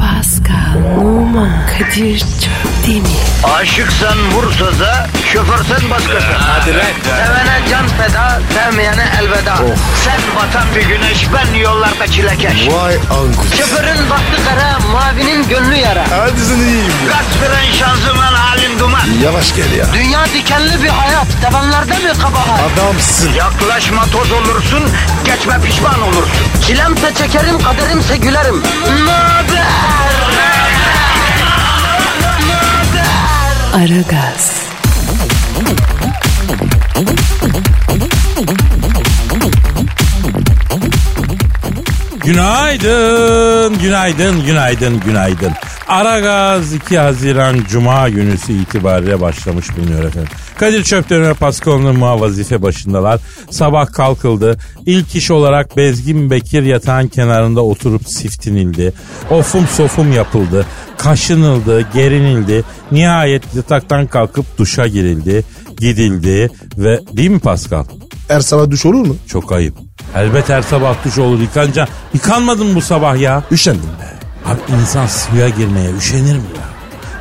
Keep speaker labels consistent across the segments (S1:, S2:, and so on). S1: Pascal, Oman, Kadir çok değil mi?
S2: Aşıksan vursa da şoförsen başkasın.
S3: Hadi lan. Oh.
S2: Sevene can feda, sevmeyene elveda. Sen batan bir güneş, ben yollarda çilekeş.
S3: Vay anku.
S2: Şoförün baktı kara, mavinin gönlü yara.
S3: Hadi sen iyiyim ya.
S2: Kasperen şanzıman halin duman.
S3: Yavaş gel ya.
S2: Dünya dikenli bir hayat, sevenlerde mi kabahar?
S3: Adamsın.
S2: Yaklaşma toz olursun, geçme pişman olursun. Çilemse çekerim, kaderimse gülerim. Möber!
S1: Aragaz,
S4: Günaydın, günaydın, günaydın, günaydın. Aragaz 2 Haziran Cuma günüsü itibariyle başlamış bulunuyor efendim. Kadir Çöpten ve Pascal Numa vazife başındalar. Sabah kalkıldı. İlk iş olarak Bezgin Bekir yatağın kenarında oturup siftinildi. Ofum sofum yapıldı. Kaşınıldı, gerinildi. Nihayet yataktan kalkıp duşa girildi, gidildi ve değil mi Pascal?
S3: Her sabah duş Er olur mu?
S4: Çok ayıp. Elbet her sabah duş olur yıkanca. Yıkanmadın bu sabah ya.
S3: Üşendim be.
S4: Abi insan suya girmeye üşenir mi ya?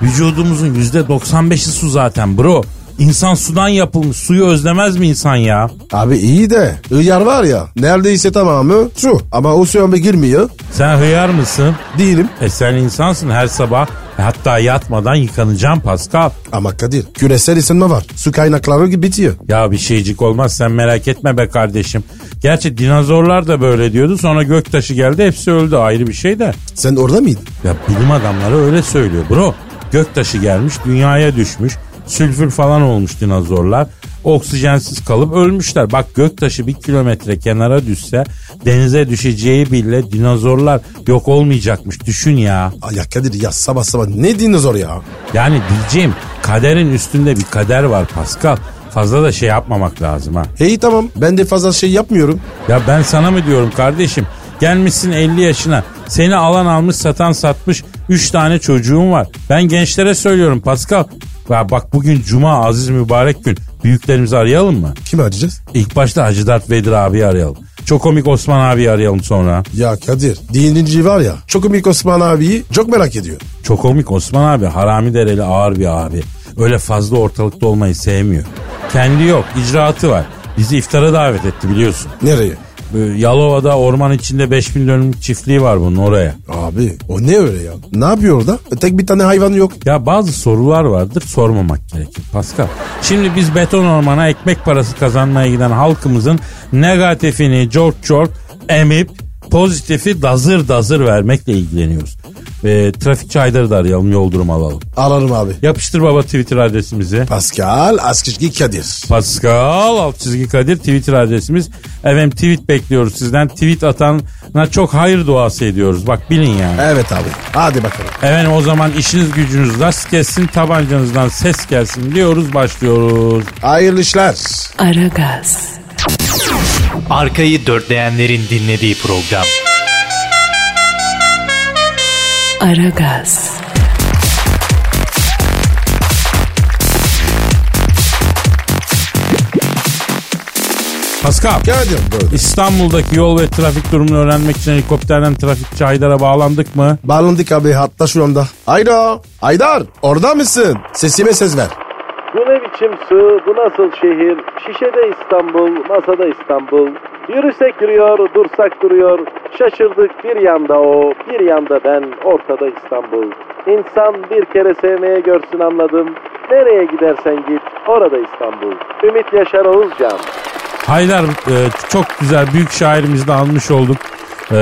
S4: Vücudumuzun yüzde 95'i su zaten bro. İnsan sudan yapılmış. Suyu özlemez mi insan ya?
S3: Abi iyi de hıyar var ya neredeyse tamamı su ama o suya mı girmiyor?
S4: Sen hıyar mısın?
S3: Değilim.
S4: E sen insansın her sabah. E hatta yatmadan yıkanacağım Pascal.
S3: Ama Kadir küresel ısınma var. Su kaynakları gibi bitiyor.
S4: Ya bir şeycik olmaz sen merak etme be kardeşim. Gerçi dinozorlar da böyle diyordu. Sonra göktaşı geldi hepsi öldü ayrı bir şey de.
S3: Sen orada mıydın?
S4: Ya bilim adamları öyle söylüyor bro. Göktaşı gelmiş dünyaya düşmüş. Sülfür falan olmuş dinozorlar. Oksijensiz kalıp ölmüşler. Bak göktaşı bir kilometre kenara düşse denize düşeceği bile dinozorlar yok olmayacakmış. Düşün ya.
S3: Ay ya Kadir ya sabah sabah ne dinozor ya?
S4: Yani diyeceğim kaderin üstünde bir kader var Pascal. Fazla da şey yapmamak lazım ha.
S3: Hey tamam ben de fazla şey yapmıyorum.
S4: Ya ben sana mı diyorum kardeşim? Gelmişsin 50 yaşına. Seni alan almış satan satmış 3 tane çocuğun var. Ben gençlere söylüyorum Pascal. Ya bak bugün cuma aziz mübarek gün. Büyüklerimizi arayalım mı?
S3: Kim arayacağız?
S4: İlk başta Hacı Dert Vedir abi arayalım. Çok komik Osman abi arayalım sonra.
S3: Ya Kadir dinleyici var ya çok komik Osman abiyi çok merak ediyor.
S4: Çok komik Osman abi harami dereli ağır bir abi. Öyle fazla ortalıkta olmayı sevmiyor. Kendi yok icraatı var. Bizi iftara davet etti biliyorsun.
S3: Nereye?
S4: Ee, Yalova'da orman içinde 5000 dönüm çiftliği var bunun oraya.
S3: Abi o ne öyle ya? Ne yapıyor orada? E, Tek bir tane hayvan yok.
S4: Ya bazı sorular vardır sormamak gerekir Pascal. Şimdi biz beton ormana ekmek parası kazanmaya giden halkımızın negatifini çok çok emip pozitifi dazır dazır vermekle ilgileniyoruz. Ee, trafik çayları da arayalım yol durum alalım.
S3: Ararım abi.
S4: Yapıştır baba Twitter adresimizi.
S3: Pascal Askışki Kadir.
S4: Pascal alt çizgi Kadir Twitter adresimiz. Efendim tweet bekliyoruz sizden. Tweet atana çok hayır duası ediyoruz. Bak bilin yani.
S3: Evet abi. Hadi bakalım.
S4: Efendim o zaman işiniz gücünüz rast gelsin tabancanızdan ses gelsin diyoruz başlıyoruz.
S3: Hayırlı işler.
S1: Aragaz,
S5: Arkayı dörtleyenlerin dinlediği program.
S1: Aragaz,
S4: Pascal
S3: Kadir böyle.
S4: İstanbul'daki yol ve trafik durumunu öğrenmek için helikopterden trafikçi Haydar'a bağlandık mı?
S3: Bağlandık abi hatta şu anda. Ayda. Aydar orada mısın? Sesime ses ver.
S6: Bu ne biçim su, bu nasıl şehir? Şişede İstanbul, masada İstanbul. Yürüsek yürüyor, dursak duruyor. Şaşırdık bir yanda o, bir yanda ben, ortada İstanbul. İnsan bir kere sevmeye görsün anladım. Nereye gidersen git, orada İstanbul. Ümit Yaşar Oğuzcan.
S4: Haydar e, çok güzel büyük şairimizi de almış olduk. E,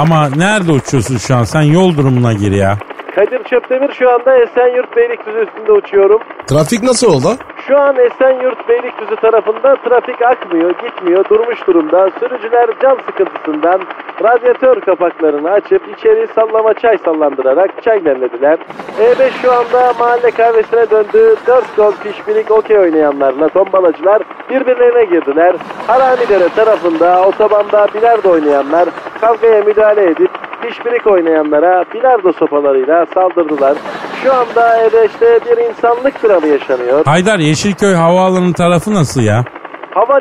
S4: ama nerede uçuyorsun şu an? Sen yol durumuna gir ya.
S6: Kadir Çöptemir şu anda Esenyurt Beylikdüzü üstünde uçuyorum.
S3: Trafik nasıl oldu?
S6: Şu an Esenyurt Beylikdüzü tarafında trafik akmıyor, gitmiyor, durmuş durumda. Sürücüler can sıkıntısından radyatör kapaklarını açıp içeri sallama çay sallandırarak çay demlediler. E5 şu anda mahalle kahvesine döndü. 4 gol pişmilik okey oynayanlarla tombalacılar birbirlerine girdiler. Haramidere tarafında otobanda bilardo oynayanlar kavgaya müdahale edip pişmilik oynayanlara bilardo sopalarıyla saldırdılar. Şu anda E5'te bir insanlık dramı yaşanıyor.
S4: Haydar Yeşilköy Havaalanı tarafı nasıl ya?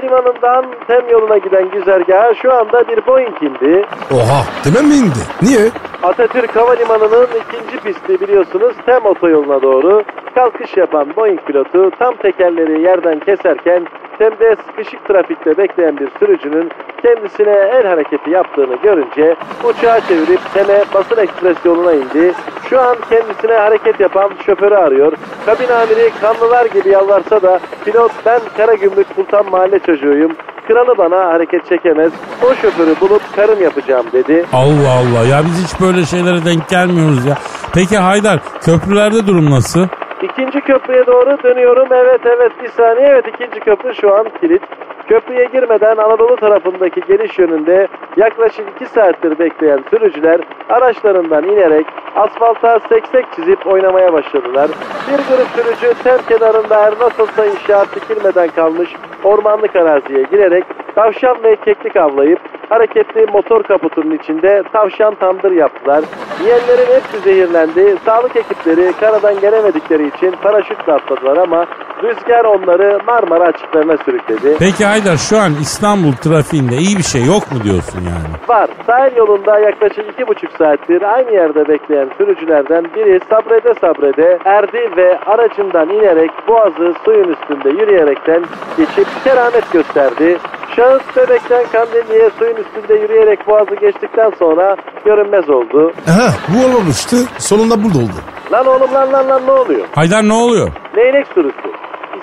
S6: Havalimanından tem yoluna giden güzergaha şu anda bir Boeing indi.
S3: Oha. Temel mi indi? Niye?
S6: Atatürk Havalimanı'nın ikinci pisti biliyorsunuz tem otoyoluna doğru kalkış yapan Boeing pilotu tam tekerleri yerden keserken temde sıkışık trafikte bekleyen bir sürücünün kendisine el hareketi yaptığını görünce uçağı çevirip teme basın ekspres yoluna indi. Şu an kendisine hareket yapan şoförü arıyor. Kabin amiri kanlılar gibi yalvarsa da pilot ben Karagümrük Sultan Mahalle çocuğuyum. Kralı bana hareket çekemez. O şoförü bulup karım yapacağım dedi.
S4: Allah Allah ya biz hiç böyle şeylere denk gelmiyoruz ya. Peki Haydar köprülerde durum nasıl?
S6: İkinci köprüye doğru dönüyorum. Evet evet bir saniye. Evet ikinci köprü şu an kilit. Köprüye girmeden Anadolu tarafındaki geliş yönünde yaklaşık 2 saattir bekleyen sürücüler araçlarından inerek asfalta seksek çizip oynamaya başladılar. Bir grup sürücü tem kenarında her nasılsa inşaat dikilmeden kalmış ormanlık araziye girerek tavşan ve keklik avlayıp hareketli motor kaputunun içinde tavşan tandır yaptılar. Yiyenlerin hepsi zehirlendi. Sağlık ekipleri karadan gelemedikleri için paraşütle atladılar ama rüzgar onları Marmara açıklarına sürükledi.
S4: Peki Haydar şu an İstanbul trafiğinde iyi bir şey yok mu diyorsun yani?
S6: Var. Sahil yolunda yaklaşık iki buçuk saattir aynı yerde bekleyen sürücülerden biri sabrede sabrede erdi ve aracından inerek boğazı suyun üstünde yürüyerekten geçip keramet gösterdi. Şahıs bebekten kandilliye suyun üstünde yürüyerek boğazı geçtikten sonra görünmez oldu.
S3: Aha bu olmamıştı. Sonunda burada oldu.
S6: Lan oğlum lan lan lan ne oluyor?
S4: Haydar ne oluyor?
S6: Leylek sürüsü.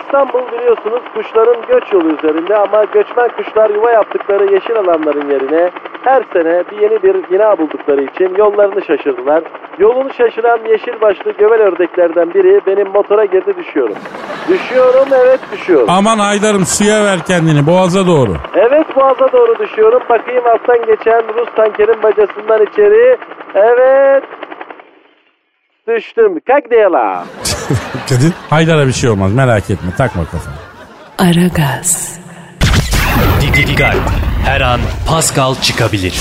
S6: İstanbul biliyorsunuz kuşların göç yolu üzerinde ama göçmen kuşlar yuva yaptıkları yeşil alanların yerine her sene bir yeni bir bina buldukları için yollarını şaşırdılar. Yolunu şaşıran yeşil başlı göbel ördeklerden biri benim motora girdi düşüyorum. Düşüyorum evet düşüyorum.
S4: Aman Haydar'ım suya ver kendini boğaza doğru.
S6: Evet boğaza doğru düşüyorum. Bakayım alttan geçen Rus tankerin bacasından içeri. Evet. Düştüm. Kalk diye la.
S3: Kadir.
S4: Haydar'a bir şey olmaz merak etme takma kafana.
S1: Aragaz,
S5: Didi Digal. Her an Pascal çıkabilir.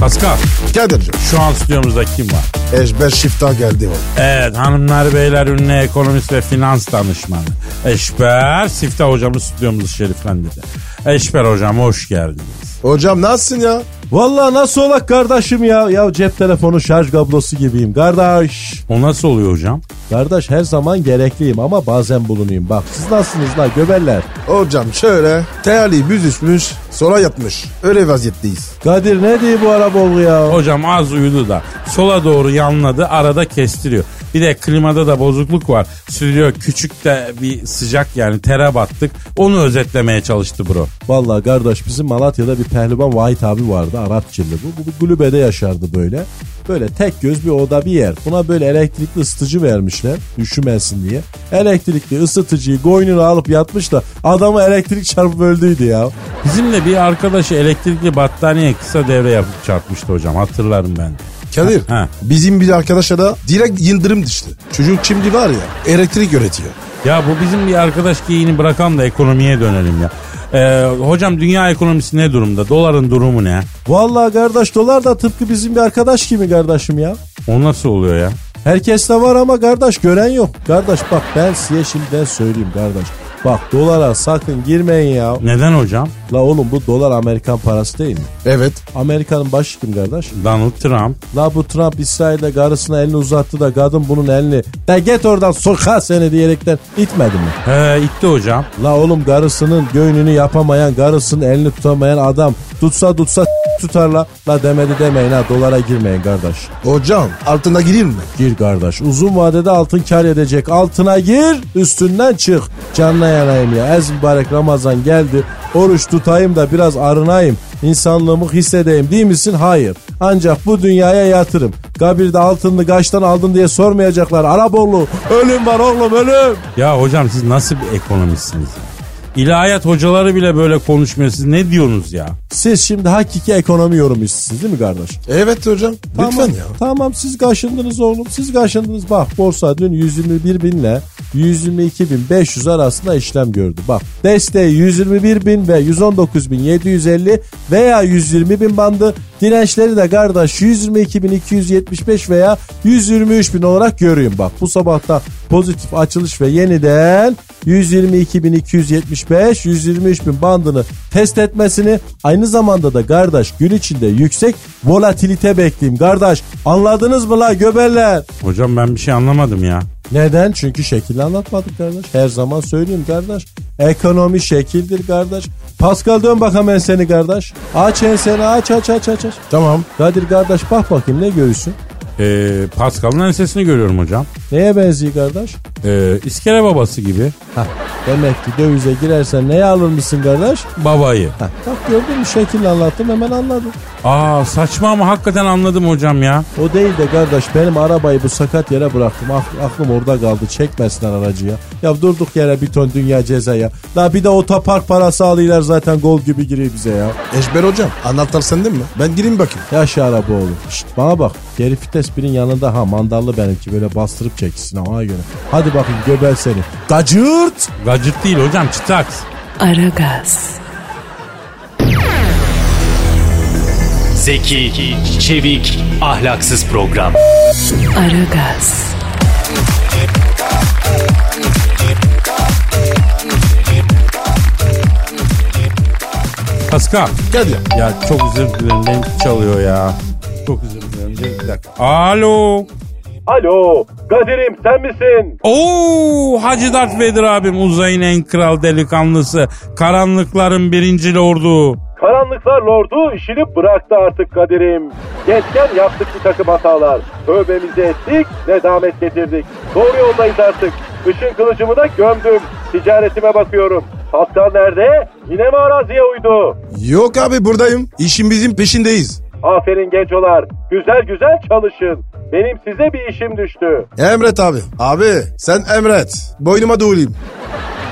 S4: Pascal
S3: Kadir'cim.
S4: şu an stüdyomuzda kim var?
S3: Eşber şifta geldi var.
S4: Evet hanımlar beyler ünlü ekonomist ve finans danışmanı Eşber Siftah hocamız stüdyomuzu şeriflendirdi. Eşber hocam hoş geldiniz.
S3: Hocam nasılsın ya?
S7: Vallahi nasıl olak kardeşim ya? Ya cep telefonu şarj kablosu gibiyim kardeş.
S4: O nasıl oluyor hocam?
S7: Kardeş her zaman gerekliyim ama bazen bulunayım. Bak siz nasılsınız la göbeller?
S3: Hocam şöyle. Teali büzüşmüş. Sonra yatmış. Öyle vaziyetteyiz.
S7: Kadir ne diyor bu Araboğlu ya?
S4: Hocam az uyudu da sola doğru yanladı arada kestiriyor. Bir de klimada da bozukluk var. Stüdyo küçük de bir sıcak yani tere battık. Onu özetlemeye çalıştı bro.
S7: Vallahi kardeş bizim Malatya'da bir pehlivan Vahit abi vardı Arapçılı bu. Bu kulübede yaşardı böyle. Böyle tek göz bir oda bir yer. Buna böyle elektrikli ısıtıcı vermişler üşümesin diye. Elektrikli ısıtıcıyı koynuna alıp yatmış da adamı elektrik çarpıp öldüydü ya.
S4: Bizimle bir arkadaşı elektrikli battaniye kısa devre yapıp çarpmıştı hocam hatırlarım ben. de.
S3: Kadir.
S4: Ha, ha.
S3: Bizim bir arkadaşa da direkt yıldırım düştü. Çocuk şimdi var ya elektrik üretiyor.
S4: Ya bu bizim bir arkadaş giyini bırakalım da ekonomiye dönelim ya. Ee, hocam dünya ekonomisi ne durumda? Doların durumu ne?
S7: Vallahi kardeş dolar da tıpkı bizim bir arkadaş gibi kardeşim ya.
S4: O nasıl oluyor ya?
S7: Herkes de var ama kardeş gören yok. Kardeş bak ben size şimdiden söyleyeyim kardeş. Bak dolara sakın girmeyin ya.
S4: Neden hocam?
S7: La oğlum bu dolar Amerikan parası değil mi?
S3: Evet.
S7: Amerika'nın başı kim kardeş?
S4: Donald Trump.
S7: La bu Trump İsrail'de karısına elini uzattı da kadın bunun elini de git oradan soka seni diyerekten itmedi mi?
S4: He itti hocam.
S7: La oğlum karısının göğününü yapamayan, karısının elini tutamayan adam tutsa tutsa tutar la. La demedi demeyin ha dolara girmeyin kardeş.
S3: Hocam altına gireyim mi?
S7: Gir kardeş. Uzun vadede altın kar edecek. Altına gir, üstünden çık. Canına yanayım ya. Ez mübarek Ramazan geldi. Oruç tutayım da biraz arınayım. İnsanlığımı hissedeyim değil misin? Hayır. Ancak bu dünyaya yatırım. Kabirde altınlı kaçtan aldın diye sormayacaklar. Araborlu. Ölüm var oğlum ölüm.
S4: Ya hocam siz nasıl bir ekonomistsiniz ya? İlahiyat hocaları bile böyle konuşmuyor. Siz ne diyorsunuz ya?
S7: Siz şimdi hakiki ekonomi yorumcusunuz değil mi kardeş?
S3: Evet hocam. Lütfen ya.
S7: Tamam siz kaşındınız oğlum. Siz kaşındınız. Bak borsa dün 121 binle 122 bin 500 arasında işlem gördü. Bak desteği 121 bin ve 119 bin 750 veya 120 bin bandı. Dirençleri de kardeş 122.275 veya 123.000 olarak göreyim bak. Bu sabahta pozitif açılış ve yeniden 122.275 123.000 bandını test etmesini aynı zamanda da kardeş gün içinde yüksek volatilite bekleyeyim kardeş. Anladınız mı la göberler?
S4: Hocam ben bir şey anlamadım ya.
S7: Neden? Çünkü şekilli anlatmadık kardeş. Her zaman söyleyeyim kardeş. Ekonomi şekildir kardeş. Pascal dön bakalım seni kardeş. Aç enseni aç aç aç aç. aç.
S3: Tamam.
S7: Kadir kardeş bak bakayım ne görürsün?
S4: Ee, Pascal'ın ensesini görüyorum hocam.
S7: Neye benziyor kardeş?
S4: Ee, iskele babası gibi.
S7: Hah, demek ki dövize girersen neye alır mısın kardeş?
S4: Babayı.
S7: Hah, bak gördün mü şekilli anlattım hemen anladın.
S4: Aa saçma ama hakikaten anladım hocam ya.
S7: O değil de kardeş benim arabayı bu sakat yere bıraktım. Ak- aklım orada kaldı. Çekmesinler aracı ya. Ya durduk yere bir ton dünya cezaya. La bir de otopark parası alıyorlar zaten gol gibi giriyor bize ya.
S3: Eşber hocam anahtar sende mi? Ben gireyim bakayım.
S7: Yaşa araba oğlum. Şşt bana bak. Geri vites birin yanında ha mandallı benimki böyle bastırıp çeksin ha ona göre. Hadi bakayım göbel seni. Gacırt.
S4: Gacırt değil hocam çıtaks.
S1: Aragaz,
S5: Zeki, çevik, ahlaksız program.
S1: Aragaz,
S4: Pascal.
S3: Gel ya.
S4: Ya çok özür dilerim ben çalıyor ya. Çok özür dilerim. Bir dakika. Alo.
S6: Alo Kadir'im sen misin?
S4: Oo Hacı Dert Vedir abim uzayın en kral delikanlısı. Karanlıkların birinci lordu.
S6: Karanlıklar Lord'u işini bıraktı artık Kadir'im. Gençken yaptık bir takım hatalar. Tövbemizi ettik, nedamet getirdik. Doğru yoldayız artık. Işın kılıcımı da gömdüm. Ticaretime bakıyorum. Pascal nerede? Yine mi araziye uydu?
S3: Yok abi buradayım. İşimizin peşindeyiz.
S6: Aferin gencolar. Güzel güzel çalışın. Benim size bir işim düştü.
S3: Emret abi. Abi sen emret. Boynuma doğulayım.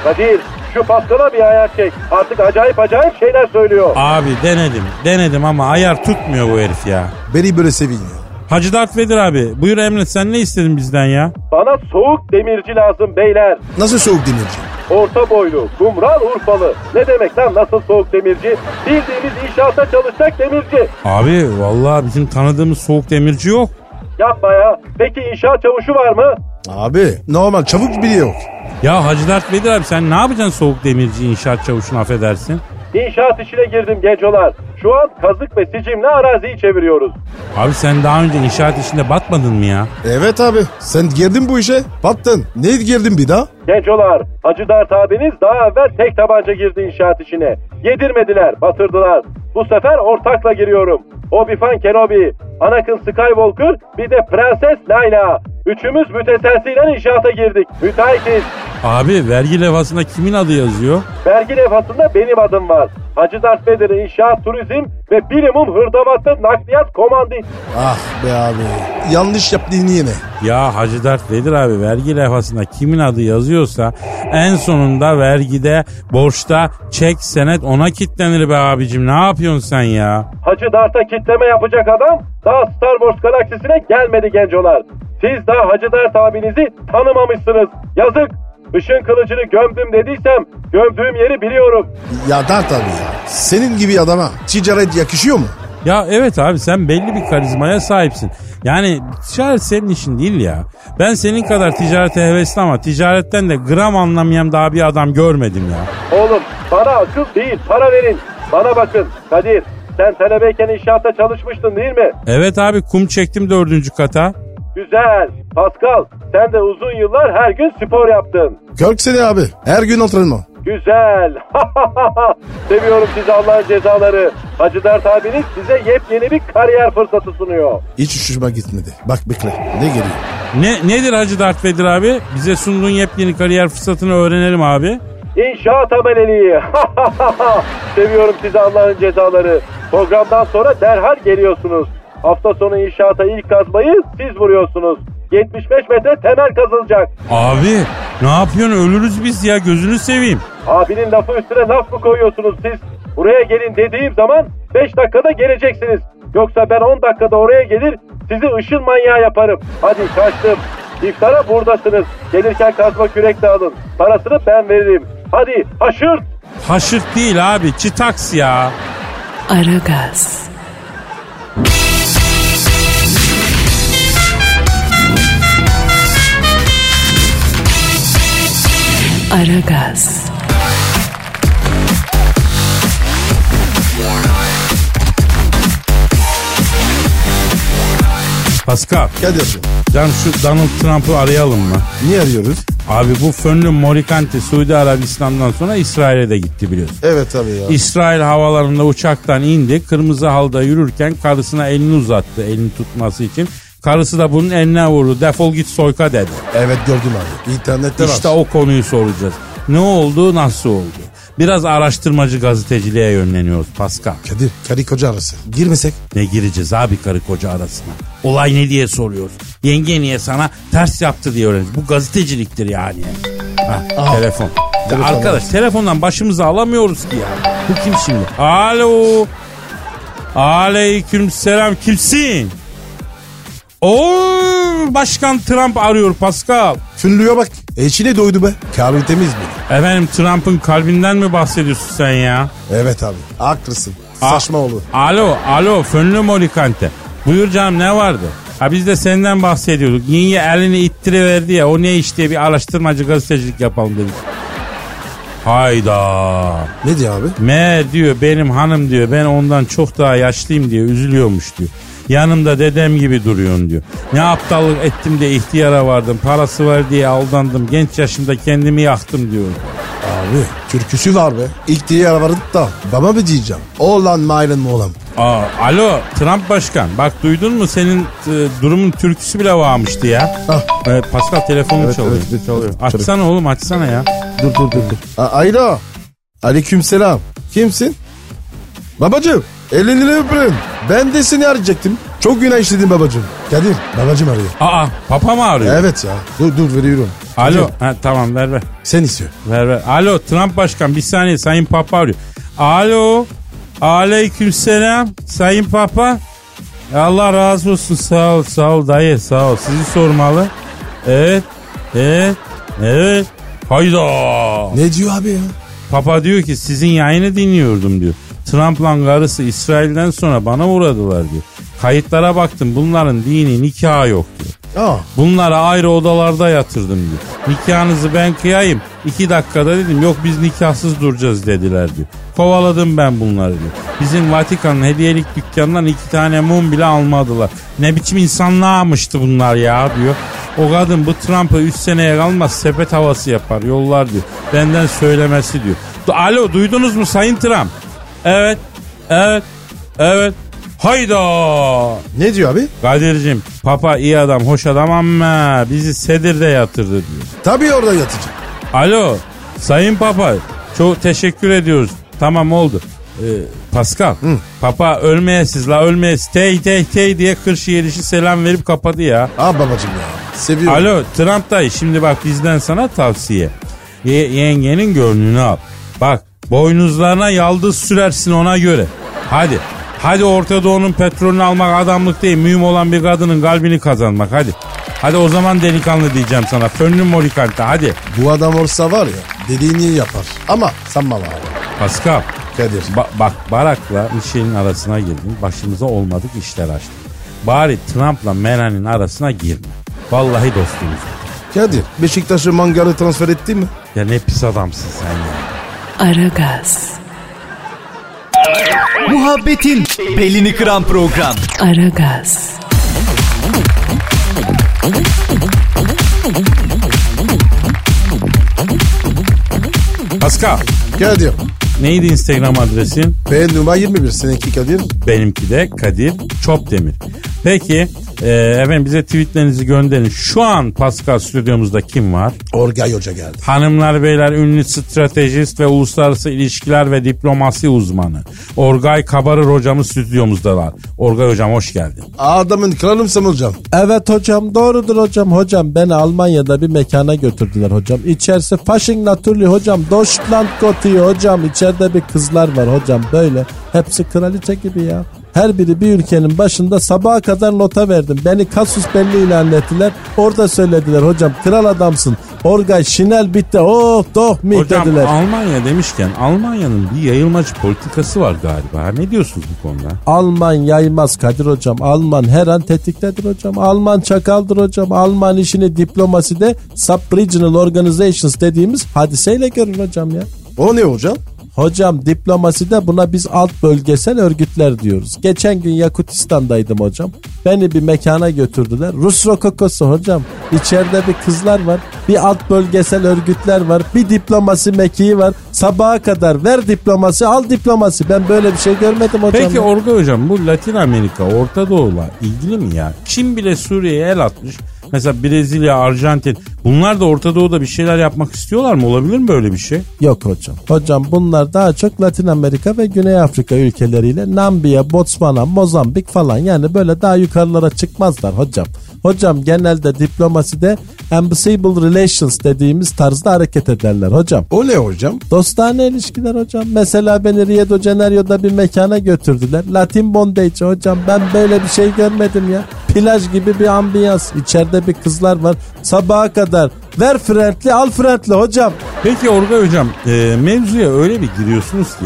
S6: Kadir şu Pascal'a bir ayar çek. Artık acayip acayip şeyler söylüyor.
S4: Abi denedim denedim ama ayar tutmuyor bu herif ya.
S3: Beni böyle sevin ya.
S4: Hacı Dert Vedir abi buyur Emret sen ne istedin bizden ya?
S6: Bana soğuk demirci lazım beyler.
S3: Nasıl soğuk demirci?
S6: Orta boylu, kumral Urfalı. Ne demek lan nasıl soğuk demirci? Bildiğimiz inşaata çalışacak demirci.
S4: Abi vallahi bizim tanıdığımız soğuk demirci yok.
S6: Yapma ya. Peki inşaat çavuşu var mı?
S3: Abi normal çabuk biri yok.
S4: Ya Hacı Dert Vedir abi sen ne yapacaksın soğuk demirci inşaat çavuşunu affedersin?
S6: İnşaat işine girdim gencolar. Şu an kazık ve sicimle araziyi çeviriyoruz.
S4: Abi sen daha önce inşaat işinde batmadın mı ya?
S3: Evet abi sen girdin bu işe. Battın. Ne girdin bir daha?
S6: Gencolar, Hacı Dert abiniz daha evvel tek tabanca girdi inşaat işine. Yedirmediler, batırdılar. Bu sefer ortakla giriyorum. Obi-Fan Kenobi, Anakin Skywalker, bir de Prenses Layla. Üçümüz müteselsiyle inşaata girdik. Müteahhitiz.
S4: Abi vergi levhasında kimin adı yazıyor?
S6: Vergi levhasında benim adım var. Hacı Dert Vedir İnşaat Turizm ve Bilimum Hırdavatlı Nakliyat Komandit.
S3: Ah be abi. Yanlış yaptın yine.
S4: Ya Hacı Dert Vedir abi vergi levhasında kimin adı yazıyorsa en sonunda vergide, borçta, çek, senet ona kitlenir be abicim. Ne yapıyorsun sen ya?
S6: Hacı Dart'a kitleme yapacak adam daha Star Wars galaksisine gelmedi gencolar. Siz daha Hacı Dart abinizi tanımamışsınız. Yazık. Işın kılıcını gömdüm dediysem gömdüğüm yeri biliyorum.
S3: Ya da tabii ya. Senin gibi adama ticaret yakışıyor mu?
S4: Ya evet abi sen belli bir karizmaya sahipsin. Yani ticaret senin işin değil ya. Ben senin kadar ticarete hevesli ama ticaretten de gram anlamayan daha bir adam görmedim ya.
S6: Oğlum bana akıl değil para verin. Bana bakın Kadir sen talebeyken inşaatta çalışmıştın değil mi?
S4: Evet abi kum çektim dördüncü kata.
S6: Güzel. Pascal sen de uzun yıllar her gün spor yaptın.
S3: 40 sene abi. Her gün antrenman.
S6: Güzel. Seviyorum sizi Allah'ın cezaları. Hacı Dert abiniz size yepyeni bir kariyer fırsatı sunuyor.
S3: Hiç hoşuma gitmedi. Bak bekle. Ne geliyor?
S4: Ne, nedir Hacı Dert Vedir abi? Bize sunduğun yepyeni kariyer fırsatını öğrenelim abi.
S6: İnşaat ameleliği. Seviyorum sizi Allah'ın cezaları. Programdan sonra derhal geliyorsunuz. Hafta sonu inşaata ilk kazmayı siz vuruyorsunuz. 75 metre temel kazılacak.
S4: Abi ne yapıyorsun ölürüz biz ya gözünü seveyim.
S6: Abinin lafı üstüne laf mı koyuyorsunuz siz? Buraya gelin dediğim zaman 5 dakikada geleceksiniz. Yoksa ben 10 dakikada oraya gelir sizi ışın manyağı yaparım. Hadi kaçtım. İftara buradasınız. Gelirken kazma kürek de alın. Parasını ben veririm. Hadi haşırt.
S4: Haşırt değil abi çitaks ya.
S1: Aragaz, Aragaz,
S4: Pascal,
S3: Kadir.
S4: can şu Donald Trump'ı arayalım mı?
S3: Niye arıyoruz?
S4: Abi bu fönlü Morikante Suudi Arabistan'dan sonra İsrail'e de gitti biliyorsun.
S3: Evet abi ya.
S4: İsrail havalarında uçaktan indi. Kırmızı halda yürürken karısına elini uzattı elini tutması için. Karısı da bunun eline vurdu. Defol git soyka dedi.
S3: Evet gördüm abi. İnternette var.
S4: İşte o konuyu soracağız. Ne oldu, nasıl oldu? Biraz araştırmacı gazeteciliğe yönleniyoruz Pascal.
S3: Kadir, karı koca arası. Girmesek?
S4: Ne gireceğiz abi karı koca arasına? Olay ne diye soruyoruz. Yenge niye sana ters yaptı diye öğreniyoruz. Bu gazeteciliktir yani. Ha, telefon. Ya
S3: Telefon
S4: arkadaş telefondan başımızı alamıyoruz ki ya. Bu kim şimdi? Alo. Aleyküm selam. Kimsin? Oo, Başkan Trump arıyor Pascal.
S3: Fünlüğe bak. E içine doydu be. Kahve temiz mi?
S4: Efendim Trump'ın kalbinden mi bahsediyorsun sen ya?
S3: Evet abi. Haklısın.
S4: A-
S3: Saçma oldu.
S4: Alo, alo, fönlü molikante. Buyur canım ne vardı? Ha biz de senden bahsediyorduk. Niye elini ittiriverdi ya o ne iş diye bir araştırmacı gazetecilik yapalım dedik. Hayda.
S3: Ne diyor abi?
S4: Meğer diyor benim hanım diyor ben ondan çok daha yaşlıyım diye üzülüyormuş diyor. Yanımda dedem gibi duruyorsun diyor. Ne aptallık ettim de ihtiyara vardım. Parası var diye aldandım. Genç yaşımda kendimi yaktım diyor.
S3: Abi türküsü var be. İlk diye vardık da. Baba mı diyeceğim? Oğlan mı aylin mi oğlan?
S4: Aa, alo Trump başkan. Bak duydun mu senin e, durumun türküsü bile varmıştı ya.
S3: Ah.
S4: Evet Pascal telefonum
S3: Evet,
S4: çalıyor.
S3: evet, evet, çalıyor.
S4: Açsana oğlum açsana ya.
S3: Dur dur dur. dur. A- Ayda. Aleyküm selam. Kimsin? Babacım. Elini öpürüm. Ben de seni arayacaktım. Çok günah işledin babacım. Kadir. Babacım arıyor.
S4: Aa papa mı arıyor?
S3: Evet ya. Dur dur veriyorum.
S4: Alo.
S3: Kadir,
S4: Ha, tamam ver ver.
S3: Sen istiyor.
S4: Ver ver. Alo Trump başkan bir saniye sayın papa arıyor. Alo. Aleykümselam sayın papa. Allah razı olsun sağ ol sağ ol dayı sağ ol. Sizi sormalı. Evet. Evet. Evet. Hayda.
S3: Ne diyor abi ya?
S4: Papa diyor ki sizin yayını dinliyordum diyor. Trump'la karısı İsrail'den sonra bana uğradılar diyor. Kayıtlara baktım bunların dini nikahı yok diyor.
S3: Aa.
S4: Bunları ayrı odalarda yatırdım diyor. Nikahınızı ben kıyayım. İki dakikada dedim yok biz nikahsız duracağız dediler diyor. Kovaladım ben bunları diyor. Bizim Vatikan'ın hediyelik dükkanından iki tane mum bile almadılar. Ne biçim insanlığa bunlar ya diyor. O kadın bu Trump'a 3 seneye kalmaz sepet havası yapar yollar diyor. Benden söylemesi diyor. Du- Alo duydunuz mu Sayın Trump? Evet, evet, evet. Hayda.
S3: Ne diyor abi?
S4: Kadir'cim papa iyi adam hoş adam ama bizi Sedir'de yatırdı diyor.
S3: Tabii orada yatacak.
S4: Alo sayın papa çok teşekkür ediyoruz tamam oldu. Ee, Pascal papa ölmeyesiz la ölmeyesiz tey tey tey diye Kırşehir işi selam verip kapadı ya.
S3: Aa babacım ya. Seviyorum.
S4: Alo Trump dayı şimdi bak bizden sana tavsiye. Ye- yengenin gönlünü al. Bak boynuzlarına yaldız sürersin ona göre. Hadi. Hadi Orta Doğu'nun petrolünü almak adamlık değil. Mühim olan bir kadının kalbini kazanmak hadi. Hadi o zaman delikanlı diyeceğim sana. Fönlü morikante hadi.
S3: Bu adam olsa var ya dediğini yapar. Ama sanmam abi.
S4: Pascal.
S3: Kadir.
S4: Ba- bak Barak'la Michelle'in arasına girdin. Başımıza olmadık işler açtın. Bari Trump'la Melania'nın arasına girme. Vallahi dostumuz.
S3: Kadir Beşiktaş'ı mangalı transfer etti mi?
S4: Ya ne pis adamsın sen ya.
S1: Aragaz,
S5: Muhabbetin belini kıran program.
S1: Aragaz,
S4: Pascal.
S3: Kadir.
S4: Neydi Instagram adresin?
S3: Ben numara 21 seninki Kadir.
S4: Benimki de Kadir Çopdemir. Peki e, efendim bize tweetlerinizi gönderin. Şu an Pascal stüdyomuzda kim var?
S3: Orgay Hoca geldi.
S4: Hanımlar beyler ünlü stratejist ve uluslararası ilişkiler ve diplomasi uzmanı. Orgay Kabarır hocamız stüdyomuzda var. Orgay hocam hoş geldin.
S3: Adamın kralımsın hocam.
S7: Evet hocam doğrudur hocam. Hocam beni Almanya'da bir mekana götürdüler hocam. İçerisi Fasching Naturli hocam. Deutschland Goti'yi hocam. İçeride bir kızlar var hocam böyle. Hepsi kraliçe gibi ya.
S6: Her biri bir ülkenin başında sabaha kadar nota verdim. Beni kasus belli ilan ettiler. Orada söylediler hocam kral adamsın. Orgay şinel bitti. Oh doh mi
S4: Hocam
S6: dediler.
S4: Almanya demişken Almanya'nın bir yayılmacı politikası var galiba. Ha, Ne diyorsunuz bu konuda?
S6: Alman yaymaz Kadir hocam. Alman her an tetiktedir hocam. Alman çakaldır hocam. Alman işini diplomaside sub-regional organizations dediğimiz hadiseyle görür hocam ya.
S3: O ne hocam?
S6: Hocam diplomaside buna biz alt bölgesel örgütler diyoruz. Geçen gün Yakutistan'daydım hocam. Beni bir mekana götürdüler. Rus rokokosu hocam. İçeride bir kızlar var. Bir alt bölgesel örgütler var. Bir diplomasi mekiği var. Sabaha kadar ver diplomasi al diplomasi. Ben böyle bir şey görmedim hocam.
S4: Peki
S6: ya.
S4: Orga hocam bu Latin Amerika, Orta Doğu'la ilgili mi ya? Çin bile Suriye'ye el atmış. Mesela Brezilya, Arjantin bunlar da Orta Doğu'da bir şeyler yapmak istiyorlar mı? Olabilir mi böyle bir şey?
S6: Yok hocam. Hocam bunlar daha çok Latin Amerika ve Güney Afrika ülkeleriyle Nambiya, Botswana, Mozambik falan yani böyle daha yukarılara çıkmazlar hocam. Hocam genelde diplomaside amicable relations dediğimiz tarzda hareket ederler hocam.
S3: O ne hocam?
S6: Dostane ilişkiler hocam. Mesela beni Rio de Janeiro'da bir mekana götürdüler. Latin bondage hocam. Ben böyle bir şey görmedim ya. Plaj gibi bir ambiyans. İçeride bir kızlar var. Sabaha kadar ver frentli al frentli hocam.
S4: Peki Orga hocam e, mevzuya öyle bir giriyorsunuz ki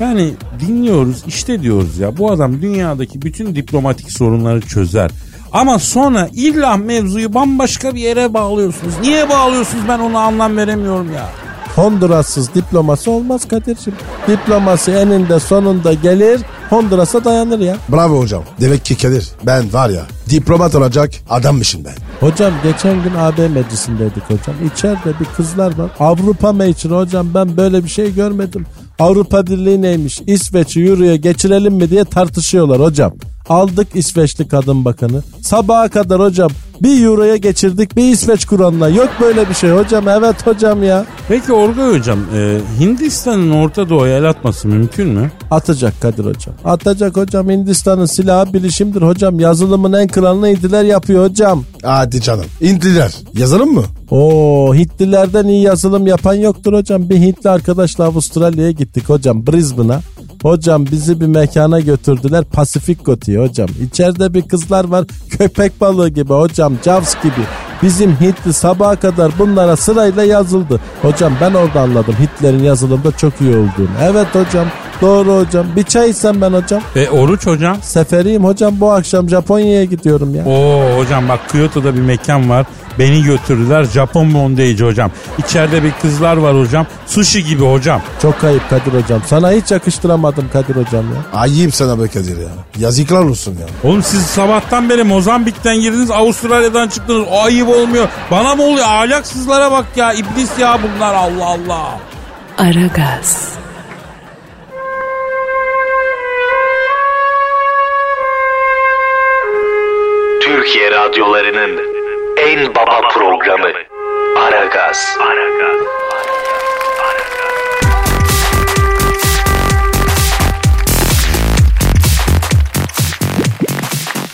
S4: yani dinliyoruz işte diyoruz ya bu adam dünyadaki bütün diplomatik sorunları çözer. Ama sonra illa mevzuyu bambaşka bir yere bağlıyorsunuz. Niye bağlıyorsunuz ben onu anlam veremiyorum ya.
S6: Hondurassız diploması olmaz Kadir'cim. Diploması eninde sonunda gelir Honduras'a dayanır ya.
S3: Bravo hocam. Demek ki Kadir ben var ya diplomat olacak adammışım ben.
S6: Hocam geçen gün AB meclisindeydik hocam. İçeride bir kızlar var. Avrupa meclisi hocam ben böyle bir şey görmedim. Avrupa Birliği neymiş? İsveç'i Euro'ya geçirelim mi diye tartışıyorlar hocam. Aldık İsveçli kadın bakanı. Sabaha kadar hocam bir Euro'ya geçirdik bir İsveç Kur'an'la. Yok böyle bir şey hocam evet hocam ya.
S4: Peki Orga hocam e, Hindistan'ın Orta Doğu'ya el atması mümkün mü?
S6: Atacak Kadir hocam. Atacak hocam Hindistan'ın silahı bilişimdir hocam. Yazılımın en kralını Hitliler yapıyor hocam.
S3: Hadi canım. İndiler. Yazalım mı?
S6: Oo Hitlilerden iyi yazılım yapan yoktur hocam. Bir Hintli arkadaşla Avustralya'ya gittik hocam Brisbane'a. Hocam bizi bir mekana götürdüler Pasifik Koti'ye hocam. İçeride bir kızlar var köpek balığı gibi hocam Jaws gibi. Bizim Hintli sabaha kadar bunlara sırayla yazıldı. Hocam ben orada anladım Hitlerin yazılımda çok iyi olduğunu. Evet hocam doğru hocam bir çay içsem ben hocam.
S4: E oruç hocam?
S6: Seferiyim hocam bu akşam Japonya'ya gidiyorum ya.
S4: Oo hocam bak Kyoto'da bir mekan var. Beni götürdüler Japon bondage hocam. İçeride bir kızlar var hocam. Sushi gibi hocam.
S6: Çok ayıp Kadir hocam. Sana hiç yakıştıramadım Kadir hocam ya.
S3: Ayıp sana be Kadir ya. Yazıklar olsun ya.
S4: Oğlum siz sabahtan beri Mozambik'ten girdiniz Avustralya'dan çıktınız. Ayıp olmuyor. Bana mı oluyor? Ahlaksızlara bak ya. iblis ya bunlar Allah Allah.
S1: Aragaz,
S8: Türkiye radyolarının en baba programı Aragaz.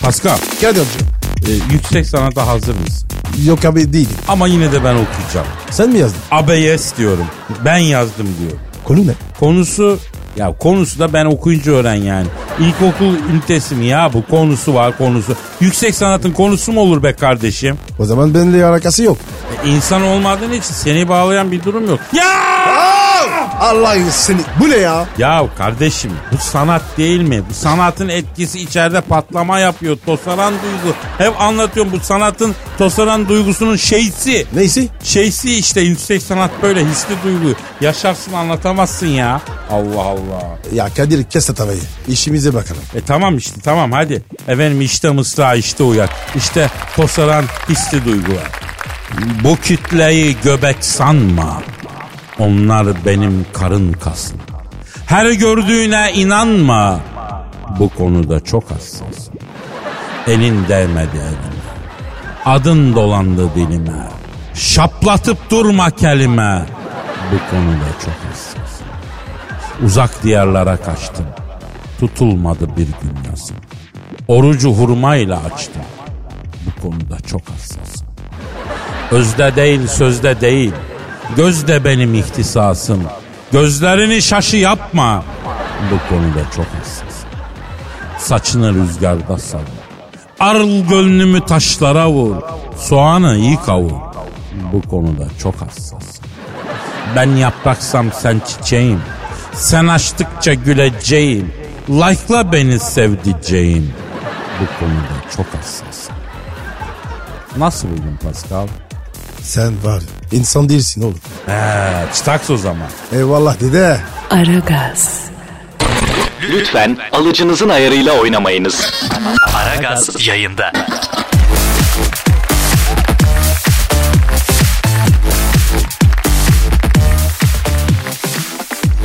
S4: Pascal
S3: Kadir'cim.
S4: e, yüksek sanata hazır mısın?
S3: Yok abi değilim.
S4: Ama yine de ben okuyacağım.
S3: Sen mi yazdın?
S4: ABS diyorum. Ben yazdım diyor.
S3: Konu ne?
S4: Konusu ya konusu da ben okuyunca öğren yani. İlkokul ünitesi mi ya bu konusu var konusu. Yüksek sanatın konusu mu olur be kardeşim?
S3: O zaman benimle alakası yok.
S4: E, insan olmadığın için seni bağlayan bir durum yok. Ya!
S3: Allah seni. Bu ne ya?
S4: Ya kardeşim bu sanat değil mi? Bu sanatın etkisi içeride patlama yapıyor. Tosaran duygu. Hep anlatıyorum bu sanatın tosaran duygusunun şeysi.
S3: Neyse.
S4: Şeysi işte yüksek sanat böyle hisli duygu. Yaşarsın anlatamazsın ya. Allah Allah.
S3: Ya Kadir kes tatavayı. İşimize bakalım.
S4: E tamam işte tamam hadi. Efendim işte mısra işte uyak. İşte tosaran hisli duygular. Bu kütleyi göbek sanma. Onlar benim karın kasım. Her gördüğüne inanma. Bu konuda çok hassas. Elin değmedi elime. Adın dolandı dilime. Şaplatıp durma kelime. Bu konuda çok hassas. Uzak diyarlara kaçtım tutulmadı bir gün yazım. Orucu hurmayla açtım. Bu konuda çok hassasım. Özde değil sözde değil. Göz de benim ihtisasım. Gözlerini şaşı yapma. Bu konuda çok hassasım. Saçını rüzgarda sal. Arıl gönlümü taşlara vur. Soğanı iyi kavur. Bu konuda çok hassas. Ben yapraksam sen çiçeğim. Sen açtıkça güleceğim. Like'la beni sevdiceğim. Bu konuda çok hassas. Nasıl buldun Pascal?
S3: Sen var ya, insan değilsin oğlum.
S4: He, çıtaks o zaman.
S3: Eyvallah dede.
S1: Aragaz,
S5: Lütfen alıcınızın ayarıyla oynamayınız. Aragaz yayında.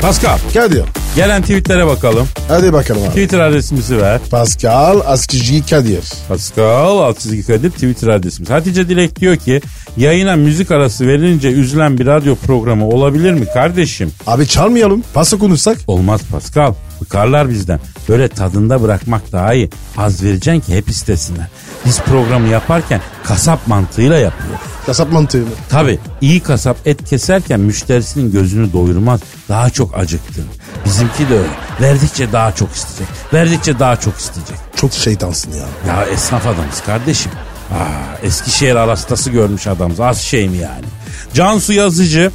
S4: Pascal,
S3: Kadir.
S4: gelen tweetlere bakalım.
S3: Hadi bakalım abi.
S4: Twitter adresimizi ver.
S3: Pascal Askizgi Kadir.
S4: Pascal alt çizgi Kadir Twitter adresimiz. Hatice Dilek diyor ki yayına müzik arası verilince üzülen bir radyo programı olabilir mi kardeşim?
S3: Abi çalmayalım. Pası konuşsak.
S4: Olmaz Pascal. Bıkarlar bizden. Böyle tadında bırakmak daha iyi. Az vereceksin ki hep istesinler. Biz programı yaparken kasap mantığıyla yapıyoruz.
S3: Kasap mantığı mı?
S4: Tabi iyi kasap et keserken müşterisinin gözünü doyurmaz. Daha çok acıktırır. Bizimki de öyle. Verdikçe daha çok isteyecek. Verdikçe daha çok isteyecek.
S3: Çok şeytansın ya.
S4: Ya esnaf adamız kardeşim. Aa, Eskişehir arastası görmüş adamız. Az şey mi yani? Cansu Yazıcı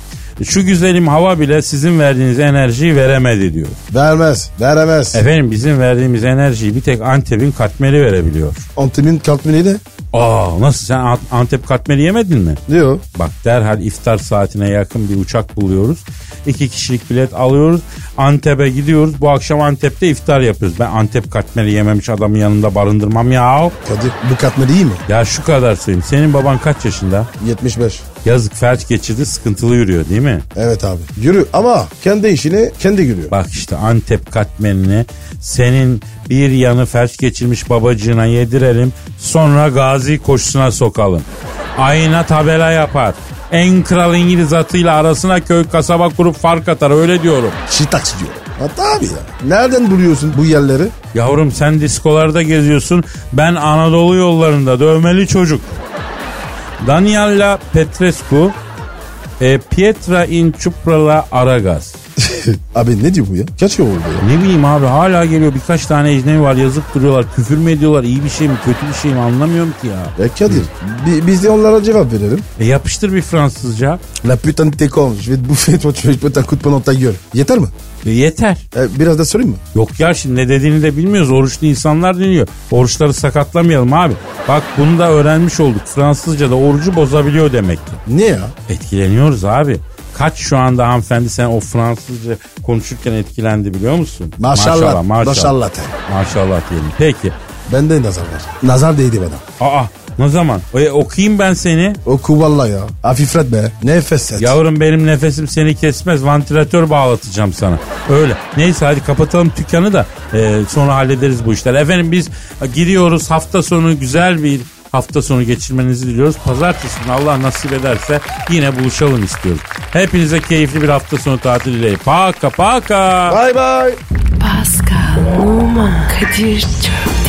S4: şu güzelim hava bile sizin verdiğiniz enerjiyi veremedi diyor.
S3: Vermez. Veremez. Evet.
S4: Efendim bizim verdiğimiz enerjiyi bir tek Antep'in katmeri verebiliyor.
S3: Antemin kalkmini ne?
S4: Aa nasıl sen Ant- Antep katmeri yemedin mi?
S3: Diyor.
S4: Bak derhal iftar saatine yakın bir uçak buluyoruz. İki kişilik bilet alıyoruz. Antep'e gidiyoruz. Bu akşam Antep'te iftar yapıyoruz. Ben Antep katmeri yememiş adamın yanında barındırmam ya.
S3: Kadir bu katmeri iyi mi?
S4: Ya şu kadar söyleyeyim. Senin baban kaç yaşında?
S3: 75.
S4: Yazık felç geçirdi sıkıntılı yürüyor değil mi?
S3: Evet abi. Yürü ama kendi işini kendi görüyor.
S4: Bak işte Antep katmerini senin bir yanı felç geçirmiş babacığına yedirelim. Sonra gazi koşusuna sokalım. Ayna tabela yapar. En kral İngiliz atıyla arasına köy kasaba kurup fark atar öyle diyorum.
S3: Şitaks şey diyor. Hatta abi ya. Nereden buluyorsun bu yerleri?
S4: Yavrum sen diskolarda geziyorsun. Ben Anadolu yollarında dövmeli çocuk. Daniella Petrescu, e, Pietra Inciuprala Aragaz.
S3: Abi ne diyor bu ya? Kaç yıl oldu ya?
S4: Ne bileyim abi hala geliyor birkaç tane ecnebi var yazıp duruyorlar. Küfür mü ediyorlar iyi bir şey mi kötü bir şey mi anlamıyorum ki ya.
S3: E Kadir bi- biz de onlara cevap verelim.
S4: E yapıştır bir Fransızca.
S3: La putain de tes cons, je vais te bouffer toi tu vas te mettre un coup de poing dans ta gueule. Yeter mi?
S4: E yeter.
S3: E, biraz da sorayım mı?
S4: Yok ya şimdi ne dediğini de bilmiyoruz. Oruçlu insanlar dinliyor. Oruçları sakatlamayalım abi. Bak bunu da öğrenmiş olduk. Fransızca da orucu bozabiliyor demek ki.
S3: Niye ya?
S4: Etkileniyoruz abi. Kaç şu anda hanımefendi sen o Fransızca konuşurken etkilendi biliyor musun?
S3: Maşallah.
S4: Maşallah. Maşallah,
S3: Maşallah. te.
S4: maşallah diyelim. Peki.
S3: Bende nazar var. Nazar değdi bana.
S4: Aa ne zaman? E, okuyayım ben seni.
S3: Oku valla ya. Hafiflet be. Nefes et.
S4: Yavrum benim nefesim seni kesmez. Vantilatör bağlatacağım sana. Öyle. Neyse hadi kapatalım dükkanı da e, sonra hallederiz bu işler. Efendim biz gidiyoruz hafta sonu güzel bir hafta sonu geçirmenizi diliyoruz. Pazartesi günü Allah nasip ederse yine buluşalım istiyoruz. Hepinize keyifli bir hafta sonu tatili dileyim. Paka paka.
S3: Bye bye.
S1: Pascal, Oman, Kadir çok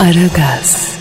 S1: Aragaz.